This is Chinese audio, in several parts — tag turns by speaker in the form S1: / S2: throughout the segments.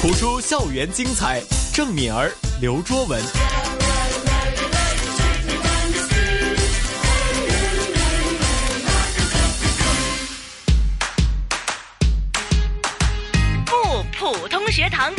S1: 谱出校园精彩。郑敏儿、刘卓文，
S2: 不普通学堂。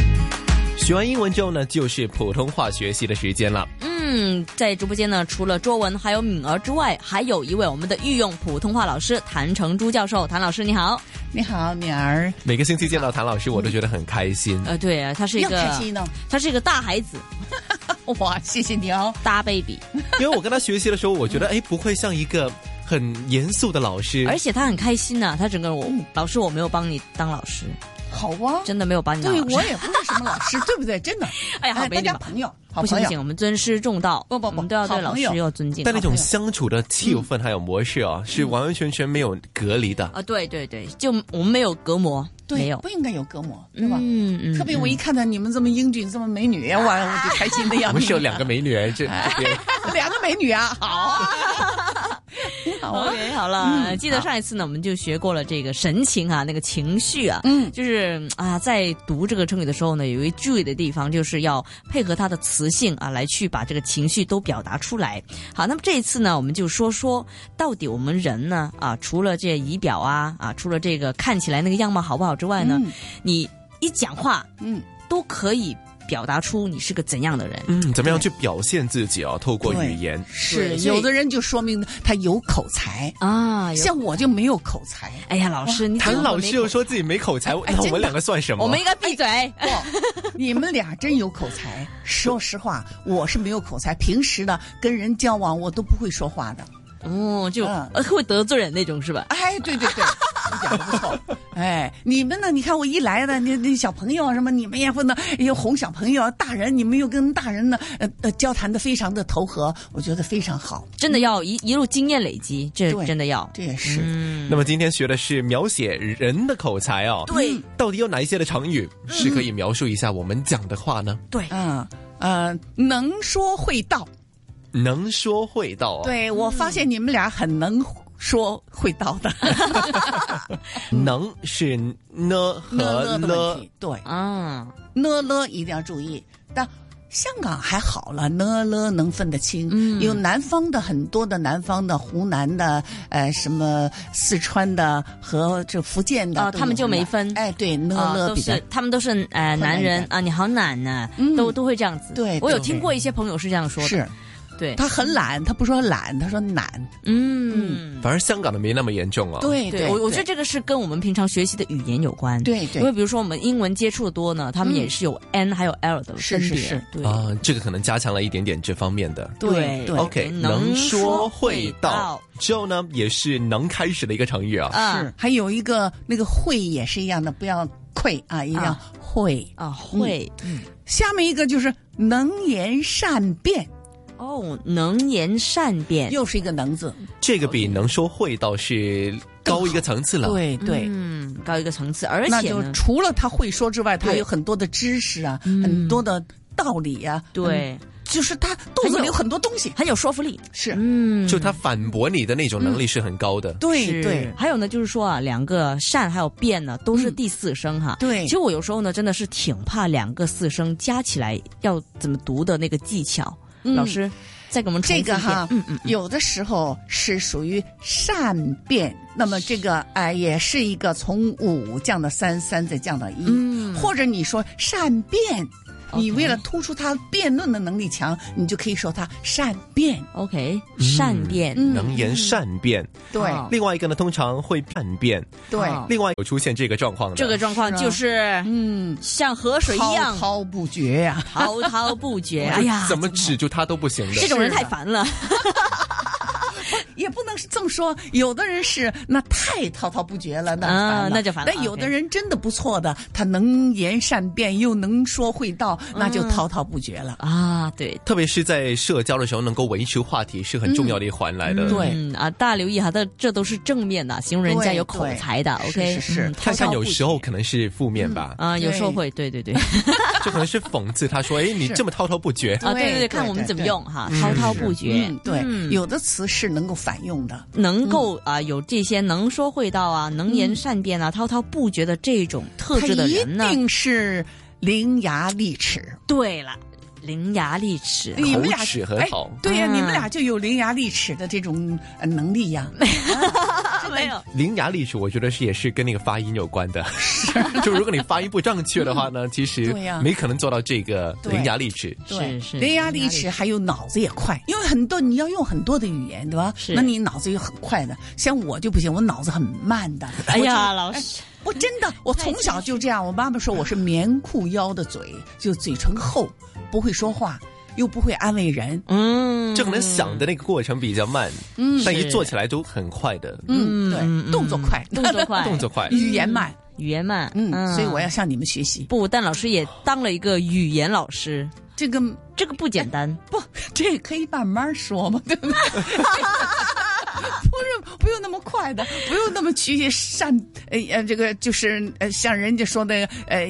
S3: 学完英文之后呢，就是普通话学习的时间了。
S4: 嗯，在直播间呢，除了卓文还有敏儿之外，还有一位我们的御用普通话老师谭成珠教授。谭老师你好，
S5: 你好，敏儿，
S3: 每个星期见到谭老师，我都觉得很 开心。
S4: 呃，对啊，他是一
S5: 要
S4: 个
S5: 开，心哦！
S4: 他是一个大孩子，
S5: 哇，谢谢你哦。
S4: 大 baby，
S3: 因为我跟他学习的时候，我觉得哎，不会像一个很严肃的老师，
S4: 而且他很开心呐、他整个人我老师我没有帮你当老师，
S5: 好啊，
S4: 真的没有把你当
S5: 对
S4: 老师
S5: 我。也不是什么老 师，对不对？真的，
S4: 哎呀，好
S5: 大
S4: 没礼
S5: 家
S4: 貌。
S5: 朋友，好
S4: 不行不
S5: 朋友
S4: 行，，我们尊师重道，
S5: 不不不
S4: 我们都要对老师啊嗯有尊敬。
S3: 但那
S4: 好
S3: 种相处的气氛还有模式啊，是完完全全没有隔离 的。
S4: 啊，对对对，就我们没有隔膜，没
S5: 对，
S4: 有
S5: 不，应该有隔膜，对吧？
S4: 嗯嗯，
S5: 特别我一
S4: 嗯
S5: 看到你们这么英俊，这么美女，哎哇，我就开心的
S3: 我
S5: 要
S3: 们
S5: 命。
S3: 是有两个美女， 这这边
S5: 两个美女 啊，好啊，好啊。
S4: OK，好了，记得上一次呢，我们就学过了这个神情啊，那个情绪啊，
S5: 嗯
S4: 就是嗯啊，在读这个成语的时候呢，有一注意的地方，就是要配合它的词性啊，来去把这个情绪都表达出来。好，那么这一次呢，我们就说说到底我们人呢啊，除了这仪表啊啊，除了这个看起来那个样貌好不好之外呢，
S5: 嗯
S4: 你一讲话
S5: 嗯，
S4: 都可以表达出你是个怎样的人。
S3: 嗯，怎么样去表现自己啊？透过语言，
S5: 是
S4: 对所以
S5: 有的人就说明他有口才，
S4: 啊，有
S5: 嗯像我就没有口才。
S4: 哎呀，老师，你怎
S3: 谭
S4: 么
S3: 老
S4: 没
S3: 师
S4: 口
S3: 又说自己没口才，
S5: 哎
S3: 那我
S5: 真的
S3: 们两个算什么？啊
S4: 我们应该闭嘴。
S5: 不， 你们俩真有口才。说实话，我是没有口才，平时呢跟人交往我都不会说话的。
S4: 哦，就、
S5: 嗯
S4: 呃会得罪人那种是吧？
S5: 哎，对对对，你讲的不错。 哎，你们呢？你看我一来呢，那那小朋友啊什么，你们也不能又哄小朋友啊，大人你们又跟大人呢，呃呃，交谈的非常的投合，我觉得非常好。
S4: 真的要一一路经验累积，这
S5: 嗯对
S4: 真的要。
S5: 这也是、
S4: 嗯，
S3: 那么今天学的是描写人的口才哦。
S4: 对
S5: 嗯
S3: 到底有哪一些的成语是可以描述一下我们讲的话呢？
S4: 对，
S5: 啊。呃，能说会道，
S3: 能说会道哦，
S5: 对我发现你们俩很能说会道的，
S3: 能是呢和
S5: 呢呢的问
S3: 了
S5: 题，对，
S4: 啊，
S5: 呢了一定要注意。但香港还好了，呢了能分得清。
S4: 嗯
S5: 有南方的很多的南方的湖南的，呃，什么四川的和这福建的
S4: 哦
S5: 都有呢，
S4: 他们就没分
S5: 哎，对，呢
S4: 啊
S5: 了
S4: 都
S5: 比较
S4: 是他们都是呃
S5: 困难
S4: 男
S5: 一
S4: 人
S5: 点
S4: 啊，你好懒呐，
S5: 嗯
S4: 都都会这样子。
S5: 对
S4: 我有
S5: 对
S4: 听过一些朋友是这样说的。
S5: 是，
S4: 对，
S5: 他很懒，他不说懒，他说懒。
S4: 嗯，
S3: 反而香港的没那么严重哦。，
S5: 对
S4: 对我我觉得这个是跟我们平常学习的语言有关。。
S5: 对
S4: 因为
S5: 对
S4: 比如说我们英文接触的多呢，他们也是有 n 还有 l 的
S5: 是
S4: 分
S5: 是
S4: 别，
S5: 是
S4: 对
S3: 啊，这个可能加强了一点点这方面的。
S5: 对
S4: 对
S3: OK，
S4: 能
S3: 说会
S4: 会
S3: 道
S4: 道
S3: 之后呢，也是能开始的一个成语啊。
S4: 啊
S5: 是，还有一个那个会也是一样的，不要愧啊，一定要
S4: 啊
S5: 会。
S4: 啊会
S5: 嗯下面一个就是能言善辩，
S4: 哦能言善辩，
S5: 又是一个能字。
S4: 嗯
S3: 这个比能说会道是高一个层次了。，
S5: 对对，
S4: 嗯，高一个层次，而
S5: 那
S4: 且
S5: 就
S4: 呢
S5: 除了他会说之外，他
S4: 对
S5: 有很多的知识啊，
S4: 嗯
S5: 很多的道理啊，
S4: 对
S5: 嗯，就是他肚子里有很多东西，
S4: 很有说服力。
S5: 是
S4: 嗯，
S3: 就他反驳你的那种能力是很高的。
S5: 嗯对
S4: 是
S5: 对，
S4: 还有呢，就是说啊，两个善还有变呢，都是第四声哈。
S5: 对
S4: 其实我有时候呢，真的是挺怕两个四声加起来要怎么读的那个技巧。
S5: 嗯
S4: 老师，再给我们重复
S5: 这
S4: 一
S5: 个
S4: 遍
S5: 哈，
S4: 嗯嗯，
S5: 有的时候是属于善变，那么这个哎、也是一个从五降到三，三再降到一，
S4: 嗯
S5: 或者你说善变。你
S4: OK
S5: 为了突出他辩论的能力强，你就可以说他善变。
S4: OK，善变，
S5: 嗯
S3: 能言善辩，
S5: 对
S4: 好
S3: 另外一个呢，通常会叛变。
S5: 对，
S4: 好
S3: 另外有出现这个状况的，
S4: 这个状况
S5: 是啊
S4: 就是
S5: 嗯，
S4: 像河水一样
S5: 滔滔不绝呀、
S4: 滔滔不 绝。哎呀，
S3: 怎么啊止住他都不行的。
S4: 这种人太烦了。
S5: 也不能是这么说，有的人是那太滔滔不绝了，那
S4: 啊
S5: 烦了
S4: 那就烦了
S5: 但有的
S4: OK
S5: 人真的不错的，他能言善辩，又能说会道，那
S4: 嗯
S5: 就滔滔不绝了。
S4: 啊，对，
S3: 特别是在社交的时候，能够维持话题是很重要的一环来的。
S5: 嗯对
S4: 嗯啊，大家留意哈，但这都是正面的，形容人家
S5: 对
S4: 有口
S5: 对
S4: 才的。
S5: 是
S4: OK，
S5: 是是
S4: 嗯
S3: 看看有时候
S4: 滔滔不绝
S3: 可能是负面吧，
S5: 嗯
S4: 啊，有时候
S5: 对
S4: 会，对对对。
S5: 嗯
S3: 就可能是讽刺他说：“哎，你这么滔滔不绝。
S4: 啊，对
S5: 对
S4: 对，
S5: 对
S4: 看我们
S5: 对
S4: 怎么
S5: 对
S4: 用哈，滔滔不绝
S5: 嗯，，对，
S4: 嗯
S5: 有的词是能够反用的。
S4: 能够啊有这些能说会道啊、能言善辩啊、滔滔不绝的这种特
S5: 他
S4: 质的
S5: 一
S4: 人呢，
S5: 定是伶牙俐齿。
S4: 对了，伶牙俐齿。
S5: 你们俩
S3: 口齿很好
S5: 哎、对呀、
S4: 嗯
S5: 你们俩就有伶牙俐齿的这种呃能力呀、
S4: 没有，
S3: 伶牙俐齿，我觉得是也是跟那个发音有关的。 就如果你发音不正确的话呢，其实
S5: 对呀
S3: 没可能做到这个伶牙俐齿。
S5: 对，
S4: 是是
S5: 伶牙俐齿，还有脑子也快，因为很多你要用很多的语言，对吧？
S4: 是
S5: 那你脑子又很快的，像我就不行，我脑子很慢的。
S4: 哎
S5: 我
S4: 呀，
S5: 就
S4: 老师，
S5: 我真的，我从小就这样。我妈妈说我是棉裤腰的嘴，就嘴唇厚，不会说话，又不会安慰人。
S4: 嗯，
S3: 就可能想的那个过程比较慢，
S5: 嗯
S3: 但一
S4: 是
S3: 做起来都很快的，
S5: 嗯，
S4: 嗯
S5: 对，动作快，
S4: 动作快，
S3: 动作快。
S5: 语言慢，
S4: 语言慢，
S5: 嗯，所以我要向你们学习。
S4: 不，但老师也当了一个语言老师，
S5: 这个
S4: 这个不简单。
S5: 不， 这可以慢慢说嘛，对不 对？不是，不用那么快的，不用那么去善，呃呃，这个就是呃，像人家说的，呃，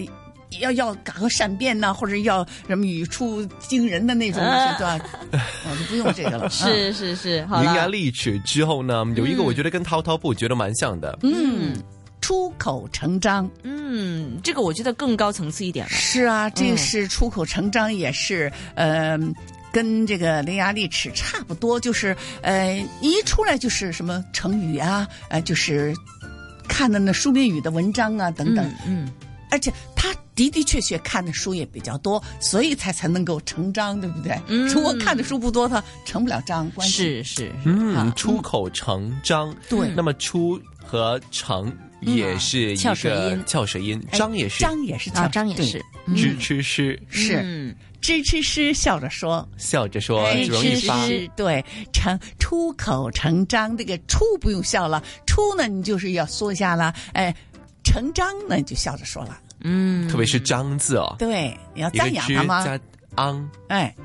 S5: 要要赶快善变呐、或者要什么语出惊人的那种，
S4: 啊
S5: 是吧？ 我就不用这个了。啊，
S4: 是是是，好
S3: 伶牙
S4: 了，
S3: 俐齿之后呢，有一个我觉得跟滔滔不绝得蛮像的，
S5: 嗯，出口成章。
S4: 嗯，这个我觉得更高层次一点了。
S5: 是啊，这
S4: 嗯
S5: 是出口成章，也是呃，跟这个伶牙俐齿差不多，就是呃，一出来就是什么成语啊，呃，就是看的那书面语的文章啊等等，
S4: 嗯嗯，
S5: 而且他的的确确看的书也比较多，所以才才能够成章，对不对？
S4: 嗯
S5: 如果看的书不多，他成不了章，关系
S4: 是是，
S3: 嗯，出口成章。
S5: 对
S3: 那么出和成也是一
S4: 翘舌
S3: 个
S4: 音
S3: 翘舌音，章也是，
S5: 哎章也是
S4: 啊，
S5: 翘
S4: 张也
S5: 对
S4: 是，
S3: 知吃吃，
S5: 是
S4: 嗯
S5: 知吃吃笑着说，
S3: 笑着说
S4: 哎
S3: 容易发
S4: 吃吃
S5: 对，成出口成章，这个出不用笑了，出呢你就是要缩一下了，哎，成章呢你就笑着说了，
S4: 嗯，
S3: 特别是“张”字哦，
S5: 对，你要
S3: 一个
S5: 嗯赞扬
S3: 知
S5: 他吗？
S3: 加昂，
S5: 哎，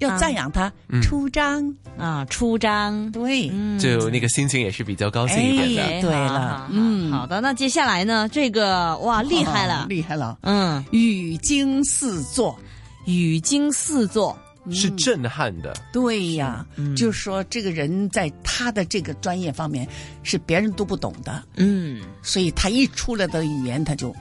S5: 要赞扬他，出章，
S4: 啊，出张。
S5: 对，
S4: 嗯
S3: 就那个心情也是比较高兴一点的。
S5: 哎对了
S4: 好好好
S5: 嗯
S4: 好的，那接下来呢？这个哇，厉害
S5: 哦
S4: 了，
S5: 厉害了，
S4: 嗯，
S5: 语惊四座，
S4: 语惊四座，
S3: 是震撼的，
S5: 对呀，就是说这个人在他的这个专业方面是别人都不懂的，
S4: 嗯，
S5: 所以他一出来的语言，他就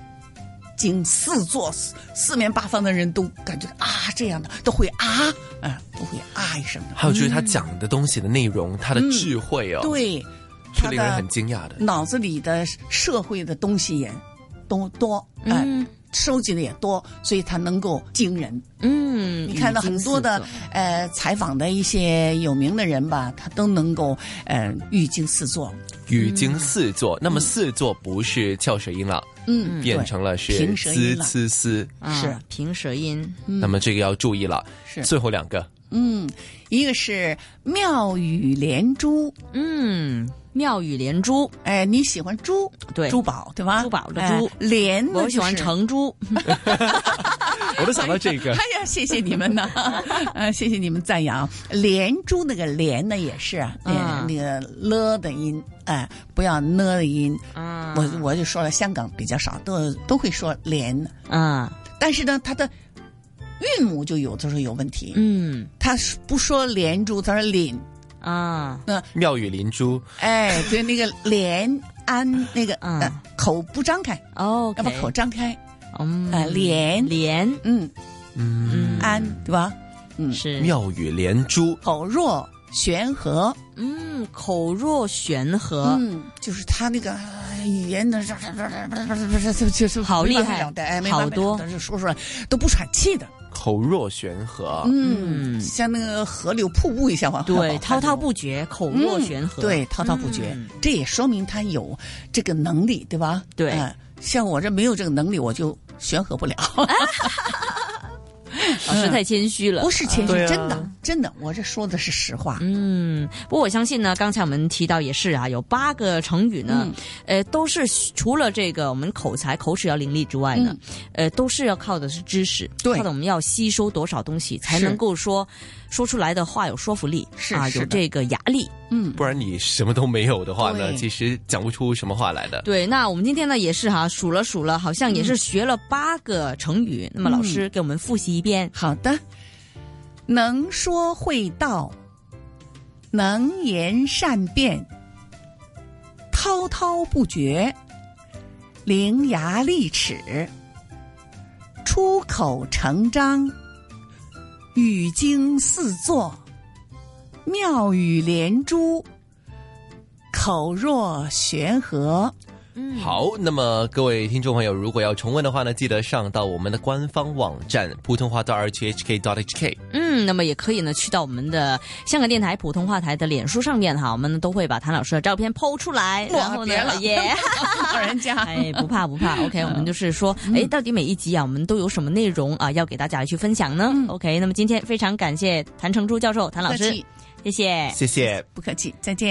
S5: 经四座四四面八方的人都感觉啊这样的都会啊，嗯、都会啊一声的。
S3: 还有就是他讲的东西的内容，他的智慧哦，
S5: 嗯对，
S3: 是
S5: 他
S3: 令人
S5: 的
S3: 很惊讶的。
S5: 脑子里的社会的东西也都多，哎、
S4: 嗯
S5: 收集的也多，所以他能够惊人。
S4: 嗯，
S5: 你看到
S4: 语惊
S5: 很
S4: 四
S5: 多的
S4: 座
S5: 呃采访的一些有名的人吧，他都能够呃语惊四座，
S3: 语经四座，那么四座不是翘舌音了，
S5: 嗯，
S3: 变成了是
S5: 平舌音
S3: 嘶
S5: 了
S3: 嘶嘶。
S4: 啊
S5: 是
S4: 平舌音，
S3: 那么这个要注意了。
S5: 是
S3: 最后两 个
S5: 嗯，一个是妙语连珠，
S4: 嗯，妙语连珠，
S5: 哎，你喜欢珠，
S4: 对
S5: 珠宝对吧？
S4: 珠宝的珠
S5: 哎连呢
S4: 我喜欢
S5: 就是
S4: 成珠，
S3: 我都想到这个
S5: 哎呀，谢谢 你们呢，呃，谢谢你们赞扬。连珠那个连呢，也是啊，
S4: 嗯
S5: 那个了的音，哎、不要呢的音。
S4: 啊
S5: 我我就说了，香港比较少，都都会说连，
S4: 啊，
S5: 但是呢，它的韵母就有的时候有问题。
S4: 嗯
S5: 他不说连珠，他说连，
S4: 啊，
S3: 妙语连珠，
S5: 哎，对，那个连安那个、
S4: 嗯
S5: 呃口不张开，
S4: 哦，
S5: 要把口张开，
S4: 嗯
S5: 啊连
S4: 连，
S5: 嗯，
S3: 嗯，
S5: 安对吧？嗯
S4: 是，
S3: 妙语连珠，
S5: 口若悬河，
S4: 嗯，口若悬河，
S5: 嗯，就是他那个哎语言的，就就是
S4: 好厉害
S5: 没完没了的哎，没
S4: 好
S5: 完没了
S4: 多
S5: 的就说出来都不喘气的，
S3: 口若悬河，
S5: 嗯，像那个河流瀑布一样往
S4: 对，滔滔
S5: 绝，
S4: 不绝，口
S5: 嗯
S4: 若悬河，
S5: 对，滔滔不绝
S4: 嗯，
S5: 这也说明他有这个能力，对吧？
S4: 对
S5: 哎像我这没有这个能力，我就悬河不了。
S4: 老师太谦虚了，
S5: 嗯不是谦虚，
S3: 对啊
S5: 真的真的，我这说的是实话。
S4: 嗯，不过我相信呢，刚才我们提到也是啊，有八个成语呢，
S5: 嗯
S4: 呃，都是除了这个我们口才、口齿要伶俐之外呢，呃，都是要靠的是知识，
S5: 嗯对
S4: 靠的我们要吸收多少东西，才
S5: 是
S4: 能够说说出来的话有说服力，
S5: 是
S4: 啊，
S5: 是
S4: 有
S5: 的
S4: 这个压力。
S5: 嗯，
S3: 不然你什么都没有的话呢，
S5: 对
S3: 其实讲不出什么话来的。
S4: 对，那我们今天呢也是哈、数了数了，好像也是学了八个成语。那么老师给我们复习一遍，
S5: 好的，能说会道，能言善辩，滔滔不绝，伶牙俐齿，出口成章，语经四座，妙语连珠，口若悬河。
S4: 嗯，
S3: 好，那么各位听众朋友，如果要重温的话呢，记得上到我们的官方网站普通话 r h h k dot h k。
S4: 嗯，那么也可以呢，去到我们的香港电台普通话台的脸书上面哈，我们都会把谭老师的照片剖出来，
S5: 哇
S4: 然后呢
S5: 别了，
S4: 耶、
S5: 老人家，
S4: 哎，不怕不怕，OK，我们就是说，
S5: 嗯
S4: 哎，到底每一集啊，我们都有什么内容啊，要给大家去分享呢、o k 那么今天非常感谢谭成珠教授、谭老
S5: 嗯不客
S4: 师
S5: 气，
S4: 谢谢。
S3: 谢谢。
S5: 不客气，再见。